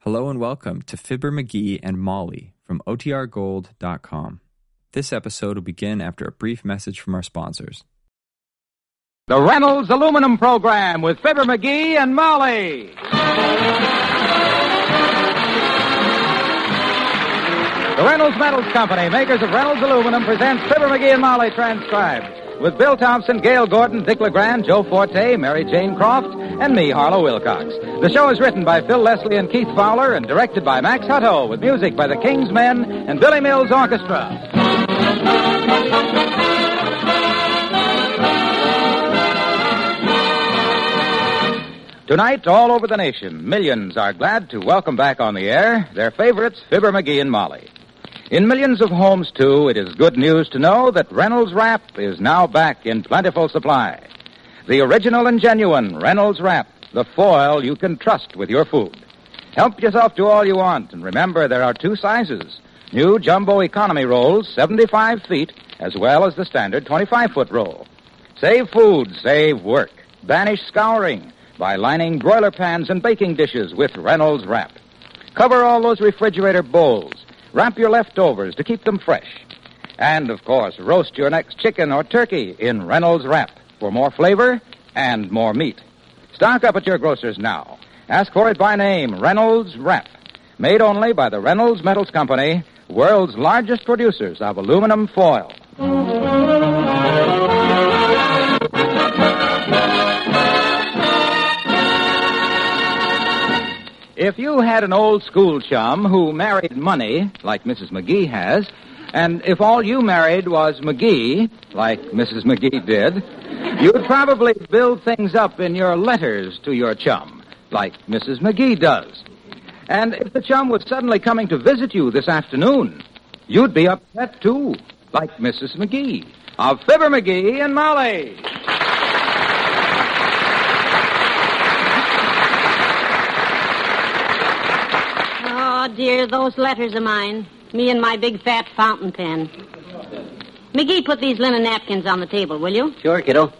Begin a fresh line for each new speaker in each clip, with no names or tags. Hello and welcome to Fibber McGee and Molly from OTRGold.com. This episode will begin after a brief message from our sponsors.
The Reynolds Aluminum Program with Fibber McGee and Molly. The Reynolds Metals Company, makers of Reynolds Aluminum, presents Fibber McGee and Molly transcribed with Bill Thompson, Gail Gordon, Dick LeGrand, Joe Forte, Mary Jane Croft, and me, Harlow Wilcox. The show is written by Phil Leslie and Keith Fowler and directed by Max Hutto with music by the King's Men and Billy Mills Orchestra. Tonight, all over the nation, millions are glad to welcome back on the air their favorites, Fibber McGee and Molly. In millions of homes, too, it is good news to know that Reynolds Wrap is now back in plentiful supply. The original and genuine Reynolds Wrap, the foil you can trust with your food. Help yourself to all you want, and remember there are two sizes new jumbo economy rolls, 75 feet, as well as the standard 25 foot roll. Save food, save work. Banish scouring by lining broiler pans and baking dishes with Reynolds Wrap. Cover all those refrigerator bowls. Wrap your leftovers to keep them fresh. And, of course, roast your next chicken or turkey in Reynolds Wrap for more flavor and more meat. Stock up at your grocer's now. Ask for it by name Reynolds Wrap. Made only by the Reynolds Metals Company, world's largest producers of aluminum foil. If you had an old school chum who married money, like Mrs. McGee has, and if all you married was McGee, like Mrs. McGee did, you'd probably build things up in your letters to your chum, like Mrs. McGee does. And if the chum was suddenly coming to visit you this afternoon, you'd be upset too, like Mrs. McGee of Fibber McGee and Molly.
Oh, dear, those letters of mine. Me and my big fat fountain pen. McGee, put these linen napkins on the table, will you?
Sure, kiddo.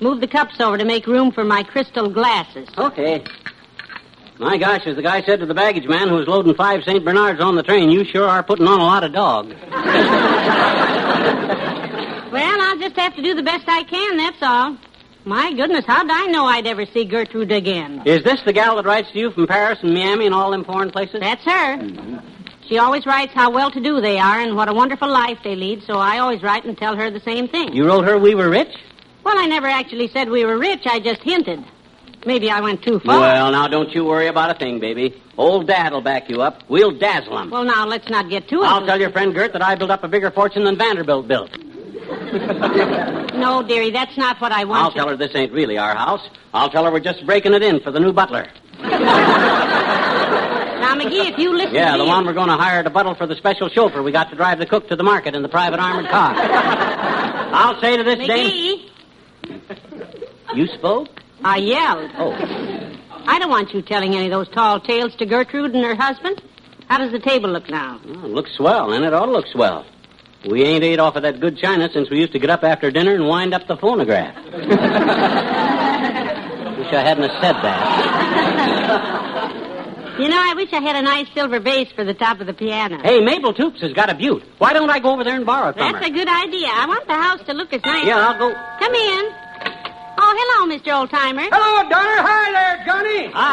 Move the cups over to make room for my crystal glasses.
Okay. My gosh, as the guy said to the baggage man who was loading five St. Bernards on the train, you sure are putting on a lot of dog.
Well, I'll just have to do the best I can, that's all. My goodness, how'd I know I'd ever see Gertrude again?
Is this the gal that writes to you from Paris and Miami and all them foreign places?
That's her.
Mm-hmm.
She always writes how well to do they are and what a wonderful life they lead, so I always write and tell her the same thing.
You wrote her we were rich?
Well, I never actually said we were rich, I just hinted. Maybe I went too far.
Well, now don't you worry about a thing, baby. Old Dad'll back you up. We'll dazzle him.
Well, now let's not get too.
I'll
into-
tell your friend Gert that I built up a bigger fortune than Vanderbilt built.
No, dearie, that's not what I want.
I'll tell her this ain't really our house. I'll tell her we're just breaking it in for the new butler.
Now, McGee, if you listen.
Yeah,
to
the
me,
one we're going to hire to buttle for the special chauffeur we got to drive the cook to the market in the private armored car. I'll say to this dame.
McGee,
You spoke?
I yelled.
Oh.
I don't want you telling any of those tall tales to Gertrude and her husband. How does the table look now?
Well, it looks swell, and it ought to look swell. We ain't ate off of that good china since we used to get up after dinner and wind up the phonograph. Wish I hadn't have said that.
You know, I wish I had a nice silver bass for the top of the piano.
Hey, Mabel Toops has got a butte. Why don't I go over there and borrow it from
that's
her?
a good idea. I want the house to look as nice.
Yeah, I'll go.
Come in. Oh, hello, Mr. Oldtimer.
Hello, Donner. Hi there, Johnny.
I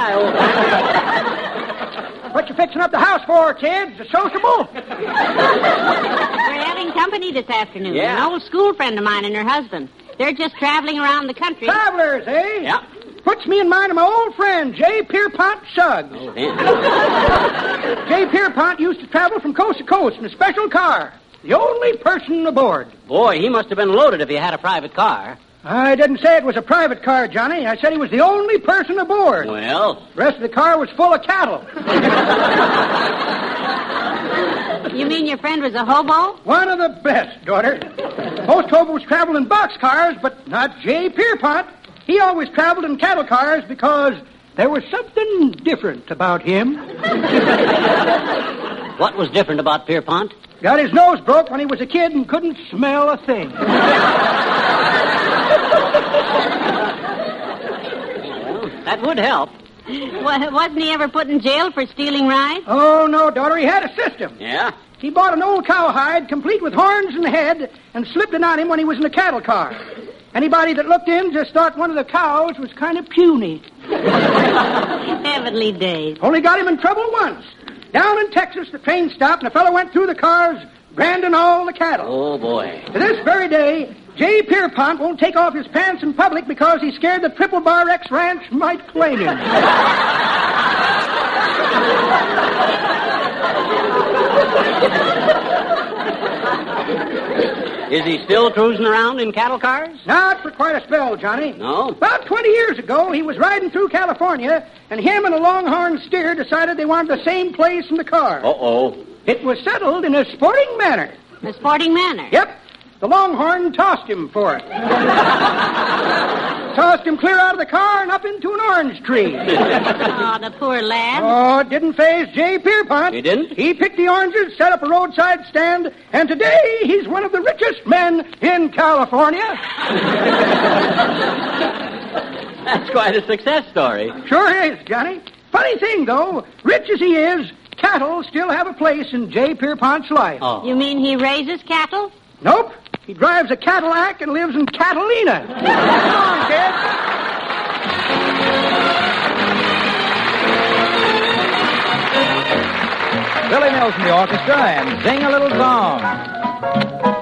What you fixing up the house for, kids? A sociable?
We're having company this afternoon.
Yeah.
An old school friend of mine and her husband. They're just traveling around the country.
Travelers, eh?
Yeah.
Puts me in mind of my old friend, J. Pierpont Suggs.
Yeah.
J. Pierpont used to travel from coast to coast in a special car. The only person aboard.
Boy, he must have been loaded if he had a private car.
I didn't say it was a private car, Johnny. I said he was the only person aboard.
Well,
The rest of the car was full of cattle.
You mean your friend was a hobo?
One of the best, daughter. Most hobos travel in box cars, but not J. Pierpont. He always traveled in cattle cars because there was something different about him.
what was different about Pierpont?
Got his nose broke when he was a kid and couldn't smell a thing.
That would help.
Wa- Wasn't he ever put in jail for stealing rides?
Oh, no, daughter, he had a system.
Yeah?
He bought an old cowhide, complete with horns and head, and slipped it on him when he was in a cattle car. Anybody that looked in just thought one of the cows was kind of puny.
Heavenly days.
Only got him in trouble once. Down in Texas, the train stopped, and a fellow went through the cars, branding all the cattle.
Oh, boy.
To this very day, Jay Pierpont won't take off his pants in public because he's scared the Triple Bar X Ranch might claim him.
Is he still cruising around in cattle cars?
Not for quite a spell, Johnny.
No?
About 20 years ago, he was riding through California, and him and a longhorn steer decided they wanted the same place in the car.
Uh-oh.
It was settled in a sporting manner.
The sporting manner.
Yep, the longhorn tossed him for it. tossed him clear out of the car and up into an orange tree.
Oh, the poor lad.
Oh, it didn't phase Jay Pierpont.
He didn't?
He picked the oranges, set up a roadside stand, and today he's one of the richest men in California.
That's quite a success story.
Sure is, Johnny. Funny thing, though, rich as he is, cattle still have a place in Jay Pierpont's life.
Oh.
You mean he raises cattle?
Nope. He drives a Cadillac and lives in Catalina. Come on, kid.
Billy Mills and the orchestra and sing a little song.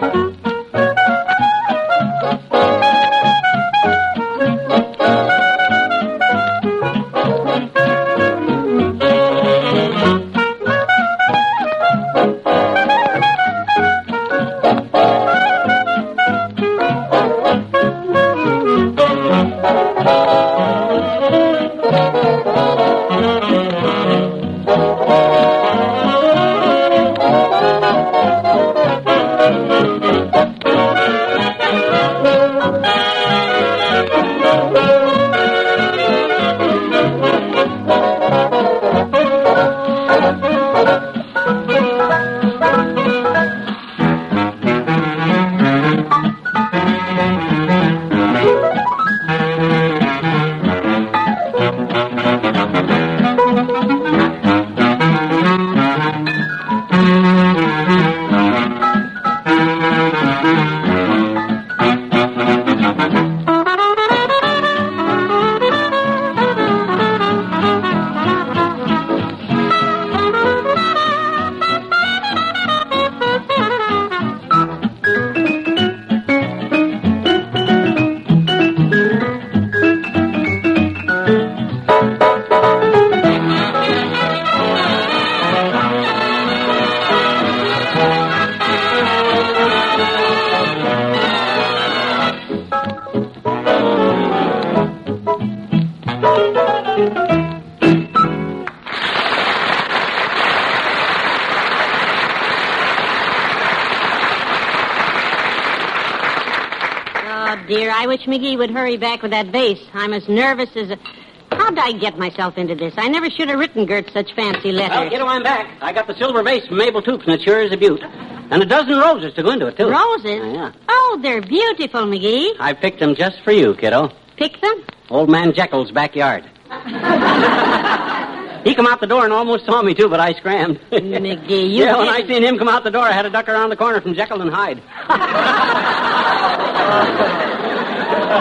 Oh, dear. I wish McGee would hurry back with that bass. I'm as nervous as a. How'd I get myself into this? I never should have written Gert such fancy
Well,
letters.
you know, I'm back. I got the silver vase from Mabel Toops, and it sure is a beaut. And a dozen roses to go into it, too.
Roses?
Oh, yeah.
Oh, they're beautiful, McGee.
I picked them just for you, kiddo.
Pick them?
Old man Jekyll's backyard. he come out the door and almost saw me, too, but I scrammed.
McGee, you
yeah, when I
didn't-
seen him come out the door, I had to duck around the corner from Jekyll and Hyde.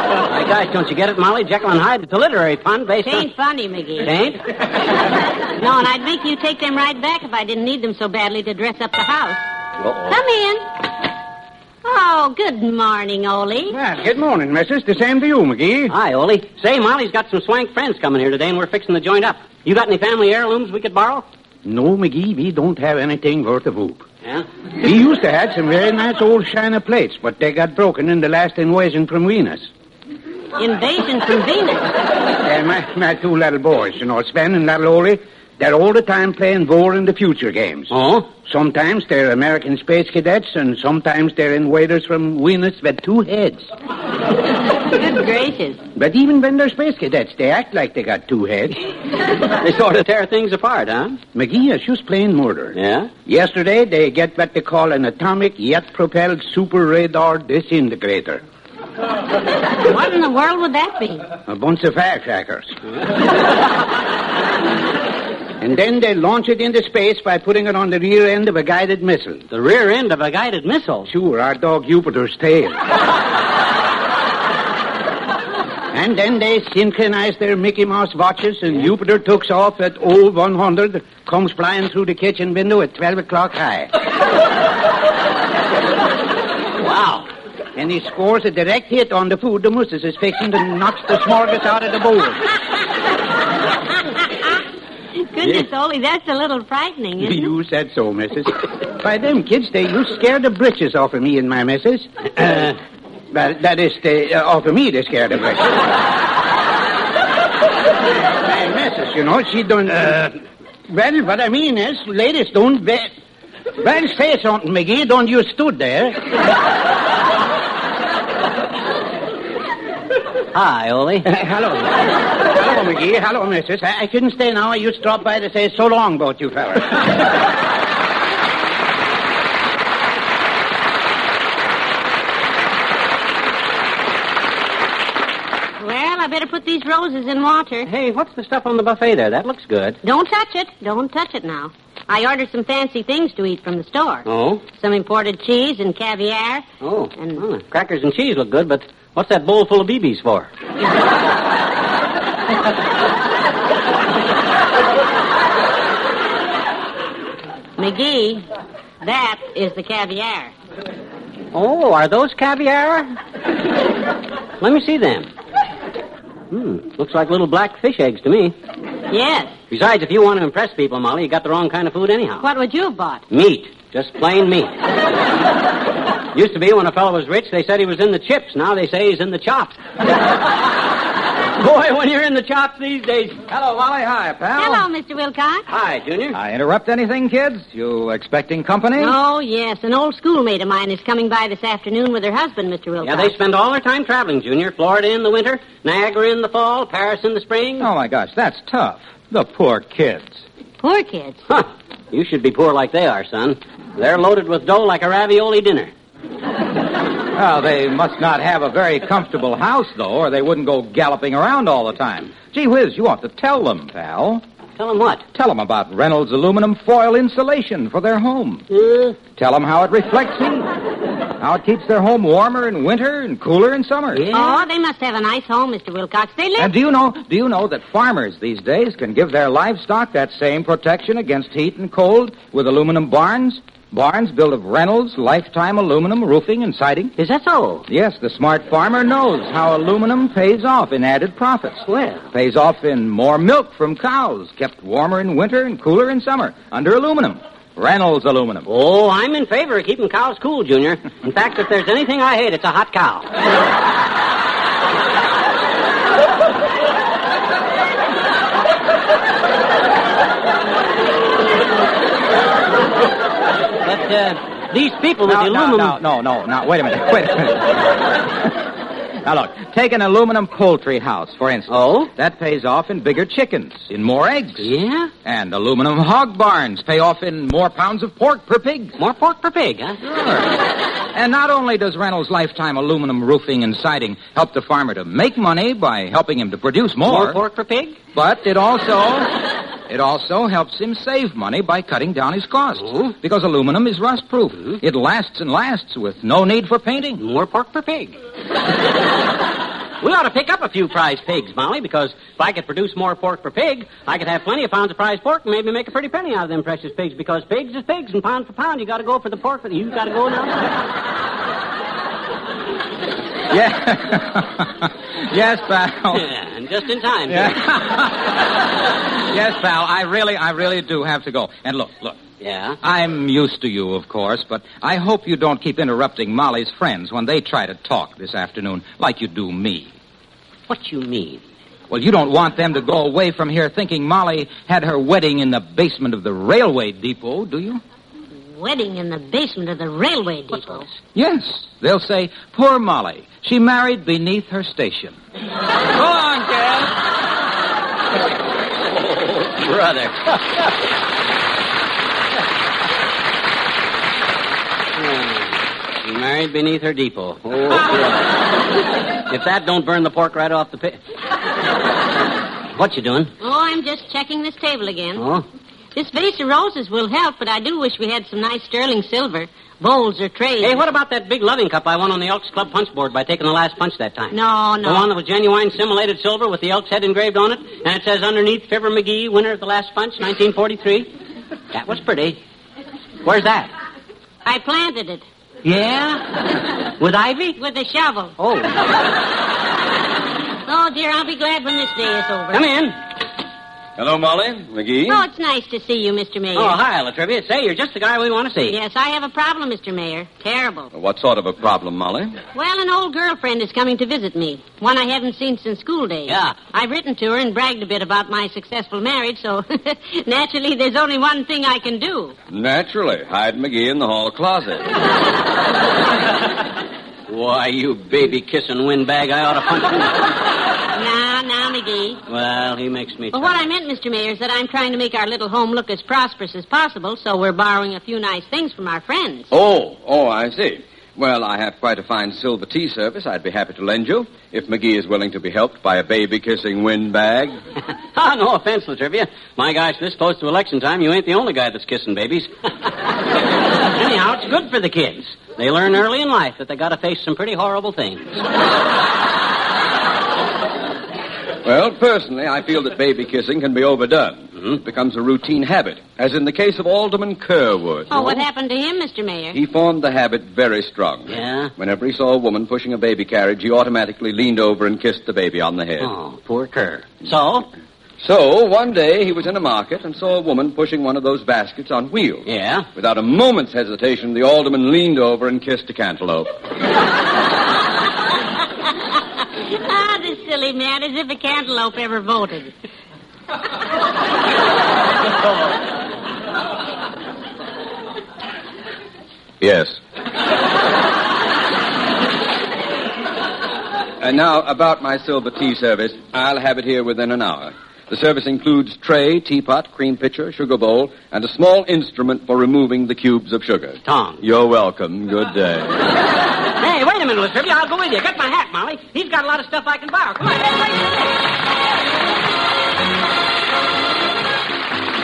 My gosh, don't you get it, Molly? Jekyll and Hyde, it's a literary pun based
It ain't funny, McGee.
on... Ain't?
No, and I'd make you take them right back if I didn't need them so badly to dress up the house.
Uh-oh.
Come in. Oh, good morning, Ole.
Well, good morning, missus. The same to you, McGee.
Hi, Ole. Say, Molly's got some swank friends coming here today, and we're fixing the joint up. You got any family heirlooms we could borrow?
No, McGee, we don't have anything worth a whoop.
Yeah?
We used to have some very nice old china plates, but they got broken in the last invasion from Venus.
Invasion from Venus.
And my, my two little boys, you know, Sven and little Ole, they're all the time playing war in the future games.
Oh?
Sometimes they're American space cadets, and sometimes they're invaders from Venus with two heads.
Good gracious.
But even when they're space cadets, they act like they got two heads.
They sort of tear things apart, huh?
McGee is just plain murder.
Yeah?
Yesterday, they get what they call an atomic yet propelled super radar disintegrator.
What in the world would that be?
A bunch of firecrackers. and then they launch it into space by putting it on the rear end of a guided missile.
The rear end of a guided missile.
Sure, our dog Jupiter's tail. and then they synchronize their Mickey Mouse watches, and Jupiter takes off at 0100, comes flying through the kitchen window at 12 o'clock high.
Wow.
And he scores a direct hit on the food the missus is fixing and knocks the smorgas out of the bowl.
Goodness, Ole, that's a little frightening, isn't it?
You said so, missus. By them kids, they you scared the britches off of me and my missus. Uh, that, that is, they, uh, off of me they scared the britches. my missus, you know, she don't... Uh, well, what I mean is, ladies don't... Be, well, say something, McGee. Don't you stood there.
Hi, Ole.
hello. Hello, McGee. Hello, missus. I, I couldn't stay now. I used to drop by to say so long about you fellas.
Well, I better put these roses in water.
Hey, what's the stuff on the buffet there? That looks good.
Don't touch it. Don't touch it now. I ordered some fancy things to eat from the store.
Oh?
Some imported cheese and caviar.
Oh.
And-
well, the crackers and cheese look good, but what's that bowl full of BBs for?
McGee, that is the caviar.
Oh, are those caviar? Let me see them. Hmm, looks like little black fish eggs to me.
Yes.
Besides, if you want to impress people, Molly, you got the wrong kind of food anyhow.
What would you have bought?
Meat. Just plain meat. Used to be when a fellow was rich, they said he was in the chips. Now they say he's in the chops. Boy, when you're in the chops these days.
Hello, Molly. Hi, pal.
Hello, Mr. Wilcox.
Hi, Junior.
I interrupt anything, kids? You expecting company?
Oh, yes. An old schoolmate of mine is coming by this afternoon with her husband, Mr. Wilcox.
Yeah, they spend all their time traveling, Junior. Florida in the winter, Niagara in the fall, Paris in the spring.
Oh, my gosh, that's tough. The poor kids.
Poor kids.
Huh. You should be poor like they are, son. They're loaded with dough like a ravioli dinner.
Well, Oh, they must not have a very comfortable house, though, or they wouldn't go galloping around all the time. Gee whiz, you ought to tell them, pal.
Tell 'em what?
Tell them about Reynolds aluminum foil insulation for their home.
Uh,
Tell them how it reflects heat, how it keeps their home warmer in winter and cooler in summer.
Oh, they must have a nice home, Mr. Wilcox. They live.
And do you know? Do you know that farmers these days can give their livestock that same protection against heat and cold with aluminum barns? Barns built of Reynolds lifetime aluminum roofing and siding.
is that so?
Yes, the smart farmer knows how aluminum pays off in added profits.
Well.
Pays off in more milk from cows, kept warmer in winter and cooler in summer under aluminum. Reynolds aluminum.
Oh, I'm in favor of keeping cows cool, Junior. In fact, if there's anything I hate, it's a hot cow. But uh, these people with
No,
the
no,
aluminum.
no, no, no, no. Wait a minute. Wait a minute. now look, take an aluminum poultry house, for instance.
Oh?
That pays off in bigger chickens, in more eggs.
Yeah?
And aluminum hog barns pay off in more pounds of pork per pig.
More pork per pig, huh?
And not only does Reynolds' lifetime aluminum roofing and siding help the farmer to make money by helping him to produce more,
More pork per pig?
but it also it also helps him save money by cutting down his costs.
Oh.
Because aluminum is rust proof. It lasts and lasts with no need for painting.
More pork per pig. we ought to pick up a few prize pigs, Molly, because if I could produce more pork per pig, I could have plenty of pounds of prize pork and maybe make a pretty penny out of them precious pigs, because pigs is pigs, and pound for pound, you got to go for the pork. For the, you got to go now.
Yeah. yes, pal.
Yeah, and just in time.
Yeah. yes, pal. I really, I really do have to go. And look, look.
Yeah.
I'm used to you, of course, but I hope you don't keep interrupting Molly's friends when they try to talk this afternoon like you do me.
What you mean?
Well, you don't want them to go away from here thinking Molly had her wedding in the basement of the railway depot, do you?
Wedding in the basement of the railway depot.
Yes. They'll say, poor Molly, she married beneath her station. go on, Dad.
Brother. you Hmm. married Buried beneath her depot. Oh,
Oh,
yeah. if that don't burn the pork right off the pit. What you doing?
Oh, I'm just checking this table again.
Oh,
This vase of roses will help, but I do wish we had some nice sterling silver, bowls or trays.
Hey, what about that big loving cup I won on the Elks Club punch board by taking the last punch that time?
No,
The one
no.
that was genuine simulated silver with the Elks head engraved on it, and it says underneath, Fibber McGee, winner of the last punch, 1943. That was pretty. Where's that?
I planted it
Yeah? With ivy?
with a shovel.
Oh,
Oh, dear, I'll be glad when this day is over.
come in.
Hello, Molly. McGee.
Oh, it's nice to see you, Mr. Mayor.
Oh, hi, Latrivia. Say, you're just the guy we want to see.
Yes, I have a problem, Mr. Mayor. Terrible.
What sort of a problem, Molly?
Well, an old girlfriend is coming to visit me. One I haven't seen since school days.
Yeah.
I've written to her and bragged a bit about my successful marriage, so naturally there's only one thing I can do.
Naturally. Hide McGee in the hall closet.
Why, you baby kissing windbag, I ought to punch
Now, now, McGee.
him. Well, he makes me.
Well, what I meant, Mr. Mayor, is that I'm trying to make our little home look as prosperous as possible, so we're borrowing a few nice things from our friends.
Oh, oh, I see. Well, I have quite a fine silver tea service I'd be happy to lend you if McGee is willing to be helped by a baby kissing windbag.
Ah, no offense, Latrivia. My gosh, this close to election time, you ain't the only guy that's kissing babies. Anyhow, it's good for the kids. They learn early in life that they got to face some pretty horrible things.
Well, personally, I feel that baby kissing can be overdone.
Mm-hmm.
It becomes a routine habit, as in the case of Alderman Kerwood.
Oh, what happened to him, Mr. Mayor?
He formed the habit very strongly.
Yeah?
Whenever he saw a woman pushing a baby carriage, he automatically leaned over and kissed the baby on the head. Hmm.
Oh, poor Kerr. So?
So, one day, he was in a market and saw a woman pushing one of those baskets on wheels.
Yeah?
Without a moment's hesitation, the alderman leaned over and kissed a cantaloupe.
Ah, this silly man, as if a cantaloupe ever voted.
Yes. and now, about my silver tea service, I'll have it here within an hour. The service includes tray, teapot, cream pitcher, sugar bowl, and a small instrument for removing the cubes of sugar.
Tom.
You're welcome. Good day.
Hey, wait a minute, Latrivia. I'll go with you. Get my hat, Molly. He's got a lot of stuff I can borrow. Come on.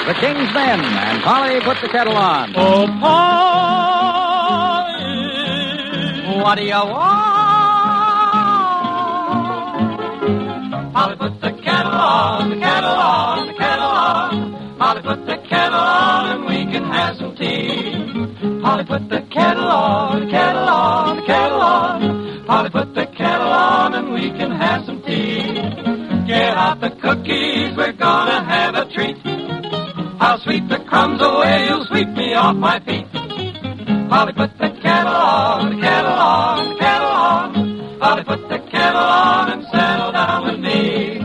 The King's Men and Polly put the kettle on.
Oh, Polly, what do you want? Polly, put the kettle on, the kettle on, the kettle on. Polly, put the kettle on, and we can have some tea. Polly, put the kettle on, the kettle on, the kettle on. Polly, put the kettle on, and we can have some tea. Get out the cookies, we're gonna have a treat. I'll sweep the crumbs away, you'll sweep me off my feet. Polly, put the kettle on, the kettle on, the kettle on. Polly, put the kettle on and settle down with me.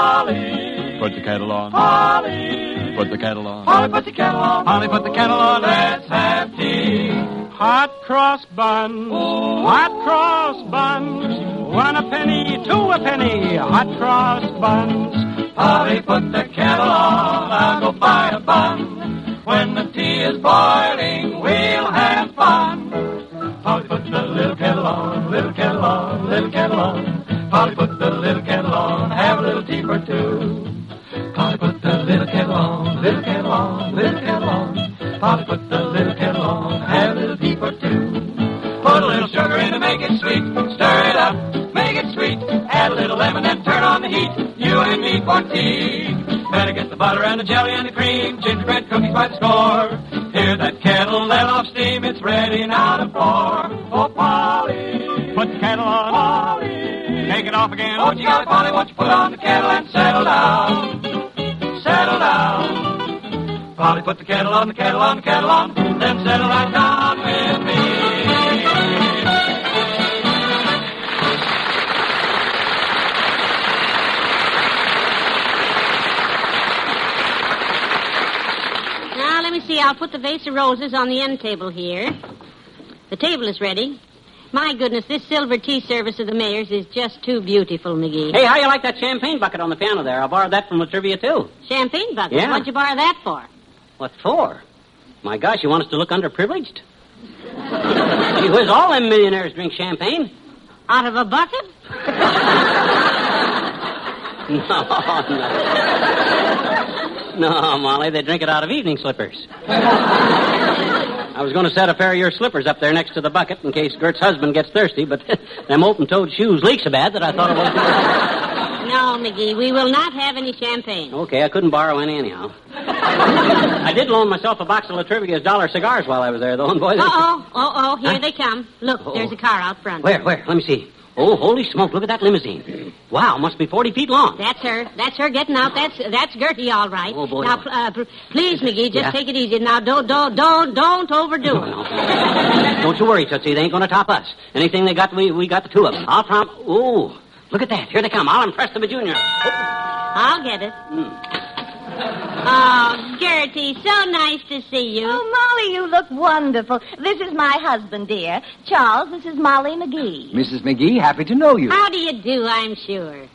Polly,
Put the kettle on.
Polly,
Put the kettle on.
Polly, put the kettle on, Polly, put the kettle on, let's have tea.
Hot cross buns. Hot cross buns. One a penny, two a penny. Hot cross buns.
Polly, put the kettle on, I'll go buy a bun. When the tea is boiling, we'll have fun. Polly, put the little kettle on, little kettle on, little kettle on. Polly, put the little kettle on, have a little tea for two. Polly, put the little kettle on, little kettle on, little kettle on. Polly, put the little kettle on, have a little tea for two. Put a little sugar in to make it sweet. Stir it up, make it sweet. Add a little lemon and turn on the heat. You and me for tea. Better get the butter and the jelly and the cream. Gingerbread cookies by the score. Hear that kettle let off steam. It's ready now to pour. Oh, Polly.
Put the kettle on.
Polly.
Take it off again.
Won't you got it, Polly? Won't you put on the kettle and settle down? Settle down. Polly, put the kettle on, the kettle on, the kettle on. Then settle right down with me.
Now, let me see. I'll put the vase of roses on the end table here. The table is ready. My goodness, this silver tea service of the mayor's is just too beautiful, McGee.
Hey, how you like that champagne bucket on the piano there? I borrowed that from La Trivia, too.
Champagne bucket.
Yeah.
What'd you borrow that for?
What for? My gosh, you want us to look underprivileged? Gee whiz, all them millionaires drink champagne.
Out of a bucket?
No, no. No, Molly, they drink it out of evening slippers. I was going to set a pair of your slippers up there next to the bucket in case Gert's husband gets thirsty, but them open-toed shoes leak so bad that I thought it wasn't...
No, McGee, we will not have any champagne.
Okay, I couldn't borrow any anyhow. I did loan myself a box of Latrivia's dollar cigars while I was there, though, and boy... they-
Uh-oh, uh-oh, here
Huh?
they come. Look,
Uh-oh.
there's a car out front.
Where, where? Let me see. Oh, holy smoke, look at that limousine. Wow, must be 40 feet long.
That's her. That's her getting out. That's that's Gertie, all right.
Oh, boy.
Now, pl- uh, pl- please, McGee, just
Yeah?
take it easy. Now, don't, don't, don't, don't overdo it.
Don't you worry, Tootsie. They ain't going to top us. Anything they got, we, we got the two of them. I'll prom. Ooh, look at that. Here they come. I'll impress them, a junior.
I'll get it.
Hmm.
Oh, Gertie, so nice to see you.
Oh, Molly, you look wonderful. This is my husband, dear. Charles, this is Molly McGee.
Mrs. McGee, happy to know you.
How do you do, I'm sure.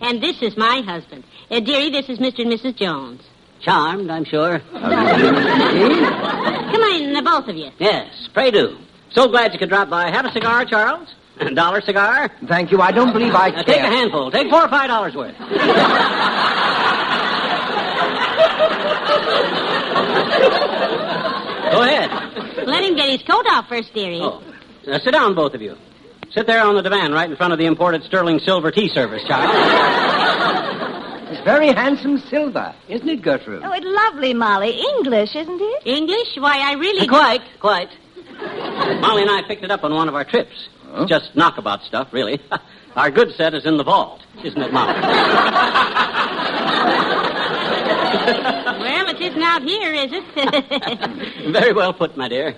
And this is my husband. Uh, dearie, this is Mr. and Mrs. Jones.
Charmed, I'm sure.
Come in, the both of you.
Yes, pray do. So glad you could drop by. Have a cigar, Charles. A dollar cigar.
Thank you. I don't believe I
Now, take a handful. Take four or five dollars worth. Go ahead.
Let him get his coat off first, dearie.
Oh. Now sit down, both of you. Sit there on the divan right in front of the imported sterling silver tea service, child.
Very handsome silver, isn't it, Gertrude?
Oh, it's lovely, Molly. English, isn't it?
English? Why, I really...
quite, quite. Molly and I picked it up on one of our trips. Just knockabout stuff, really. our good set is in the vault, isn't it, Molly?
Well, it isn't out here, is it?
Very well put, my dear.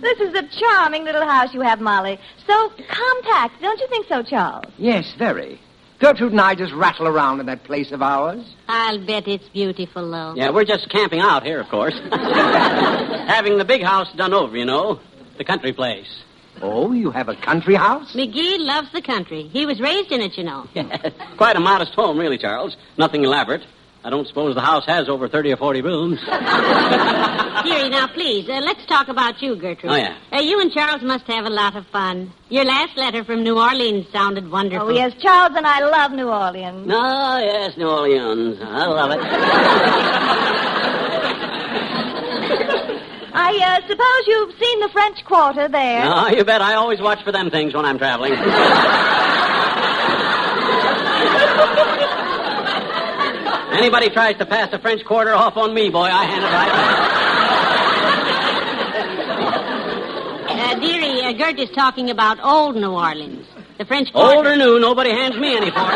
This is a charming little house you have, Molly. So compact, don't you think so, Charles?
Yes, very. Gertrude and I just rattle around in that place of ours.
I'll bet it's beautiful, though.
Yeah, we're just camping out here, of course. Having the big house done over, you know. The country place.
Oh, you have a country house?
McGee loves the country. He was raised in it, you know.
Quite a modest home, really, Charles. Nothing elaborate. I don't suppose the house has over 30 or 40 rooms.
Dearie, now please, uh, let's talk about you, Gertrude.
Oh, yeah.
Uh, you and Charles must have a lot of fun. Your last letter from New Orleans sounded wonderful.
Oh, yes, Charles and I love New Orleans.
Oh, yes, New Orleans. I love it.
I uh, suppose you've seen the French Quarter there.
Oh, you bet. I always watch for them things when I'm traveling. Anybody tries to pass the French Quarter off on me, boy, I hand it right back.
Uh, dearie, uh, Gert is talking about old New Orleans. The French Quarter.
Old or new, nobody hands me any for it.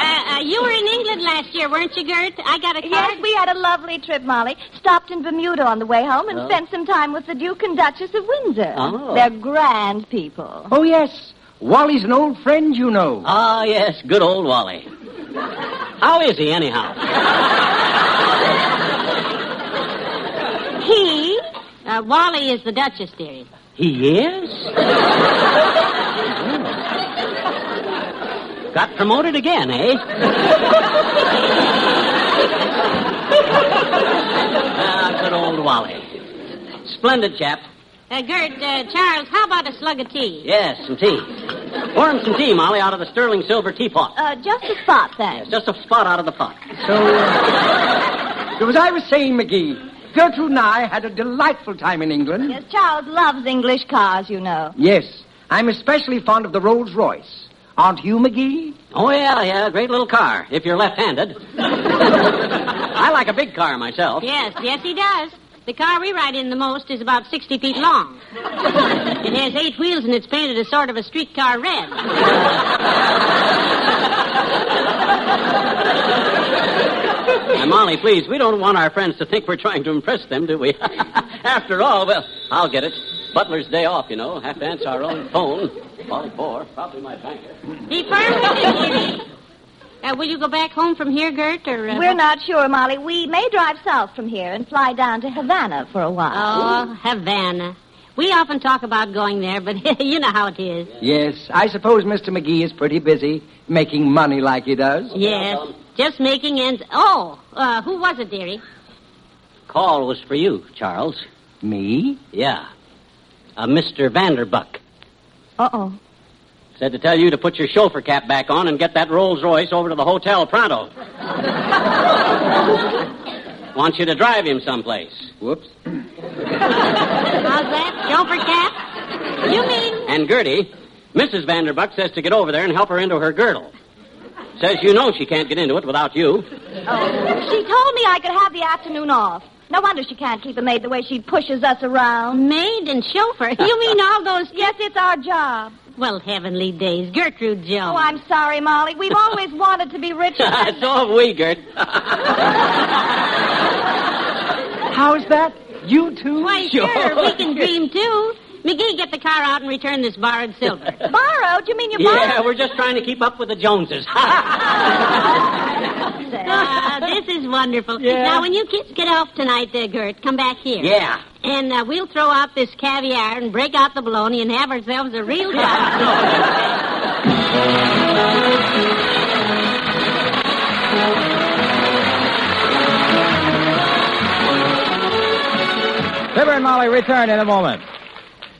Uh, uh, you were in England last year, weren't you, Gert? I got a card.
Yes, we had a lovely trip, Molly. Stopped in Bermuda on the way home and spent some time with the Duke and Duchess of Windsor.
Oh.
They're grand people.
Oh, yes. Wally's an old friend, you know.
Ah, yes, good old Wally. How is he, anyhow?
He? Uh, Wally is the Duchess, dearie.
He is? Got promoted again, eh? ah, good old Wally. Splendid chap.
Uh, Gert, uh, Charles, how about a slug of tea?
Yes, some tea. Pour him some tea, Molly, out of the sterling silver teapot.
Uh, just a spot, thanks.
It's just a spot out of the pot.
So, uh, so as I was saying, McGee, Gertrude and I had a delightful time in England.
Yes, Charles loves English cars, you know.
Yes, I'm especially fond of the Rolls Royce. Aren't you, McGee?
Oh, yeah, yeah, great little car, if you're left-handed. I like a big car myself.
Yes, yes, he does. The car we ride in the most is about 60 feet long. it has eight wheels and it's painted a sort of a streetcar red.
Now, Molly, please, we don't want our friends to think we're trying to impress them, do we? After all, well, I'll get it. Butler's day off, you know. Have to answer our own phone. Molly Bohr, probably my banker.
Be firm with it, dearie. Uh, will you go back home from here, Gert, or... Uh,
We're not sure, Molly. We may drive south from here and fly down to Havana for a while.
Oh, Havana. We often talk about going there, but you know how it is.
Yes, I suppose Mr. McGee is pretty busy making money like he does.
Yes, just making ends... Oh, uh, who was it, dearie?
Call was for you, Charles.
Me?
Yeah. A Mr. Vanderbuck.
Uh-oh.
Said to tell you to put your chauffeur cap back on and get that Rolls Royce over to the hotel pronto. Wants you to drive him someplace. Whoops.
How's that? Chauffeur cap? You mean
And Gertie, Mrs. Vanderbuck says to get over there and help her into her girdle. Says you know she can't get into it without you.
She told me I could have the afternoon off. No wonder she can't keep a maid the way she pushes us around.
maid and chauffeur? You mean all those?
Yes, it's our job.
Well, heavenly days, Gertrude Jones.
Oh, I'm sorry, Molly. We've always wanted to be rich.
so have we, Gert.
How's that? You too?
Why, sure, we can dream too. McGee, get the car out and return this borrowed silver.
Borrowed? You mean you
yeah,
borrowed?
we're just trying to keep up with the Joneses.
Ah, this is wonderful. Now, when you kids get off tonight, uh, Gert, come back here.
yeah.
And uh, we'll throw out this caviar and break out the bologna and have ourselves a real time.
Fibber and Molly return in a moment.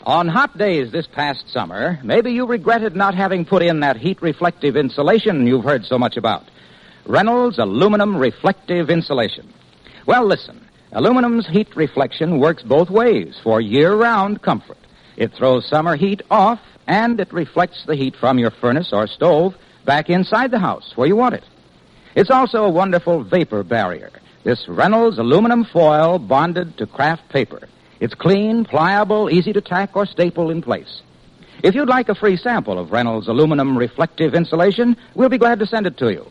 On hot days this past summer, maybe you regretted not having put in that heat reflective insulation you've heard so much about. Reynolds Aluminum Reflective Insulation. Well, listen. Aluminum's heat reflection works both ways for year round comfort. It throws summer heat off and it reflects the heat from your furnace or stove back inside the house where you want it. It's also a wonderful vapor barrier. This Reynolds aluminum foil bonded to craft paper. It's clean, pliable, easy to tack or staple in place. If you'd like a free sample of Reynolds aluminum reflective insulation, we'll be glad to send it to you.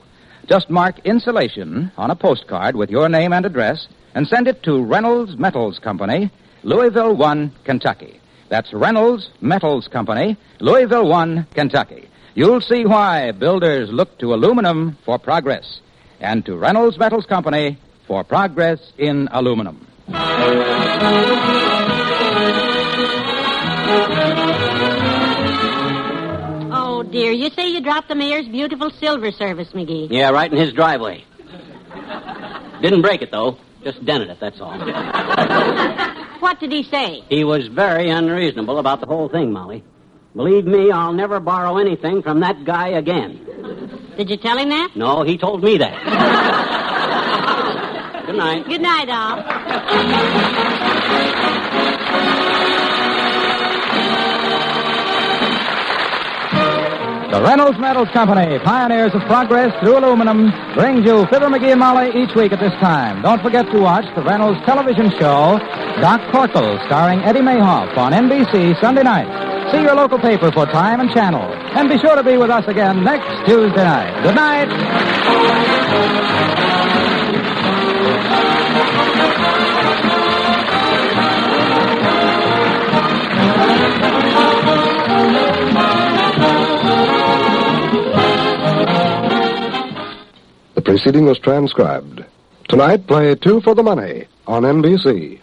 Just mark insulation on a postcard with your name and address and send it to Reynolds Metals Company, Louisville 1, Kentucky. That's Reynolds Metals Company, Louisville 1, Kentucky. You'll see why builders look to aluminum for progress and to Reynolds Metals Company for progress in aluminum.
oh, dear. You say you dropped the mayor's beautiful silver service, McGee.
Yeah, right in his driveway. Didn't break it, though. Just dented it, that's all.
What did he say?
He was very unreasonable about the whole thing, Molly. Believe me, I'll never borrow anything from that guy again.
Did you tell him that?
No, he told me that. Good night.
Good night, all.
The Reynolds Metals Company, pioneers of progress through aluminum, brings you Fibber McGee and Molly each week at this time. Don't forget to watch the Reynolds television show, Doc Corkle, starring Eddie Mayhoff on NBC Sunday night. See your local paper for time and channel. And be sure to be with us again next Tuesday night. Good night.
The preceding was transcribed. Tonight, play Two for the Money on NBC.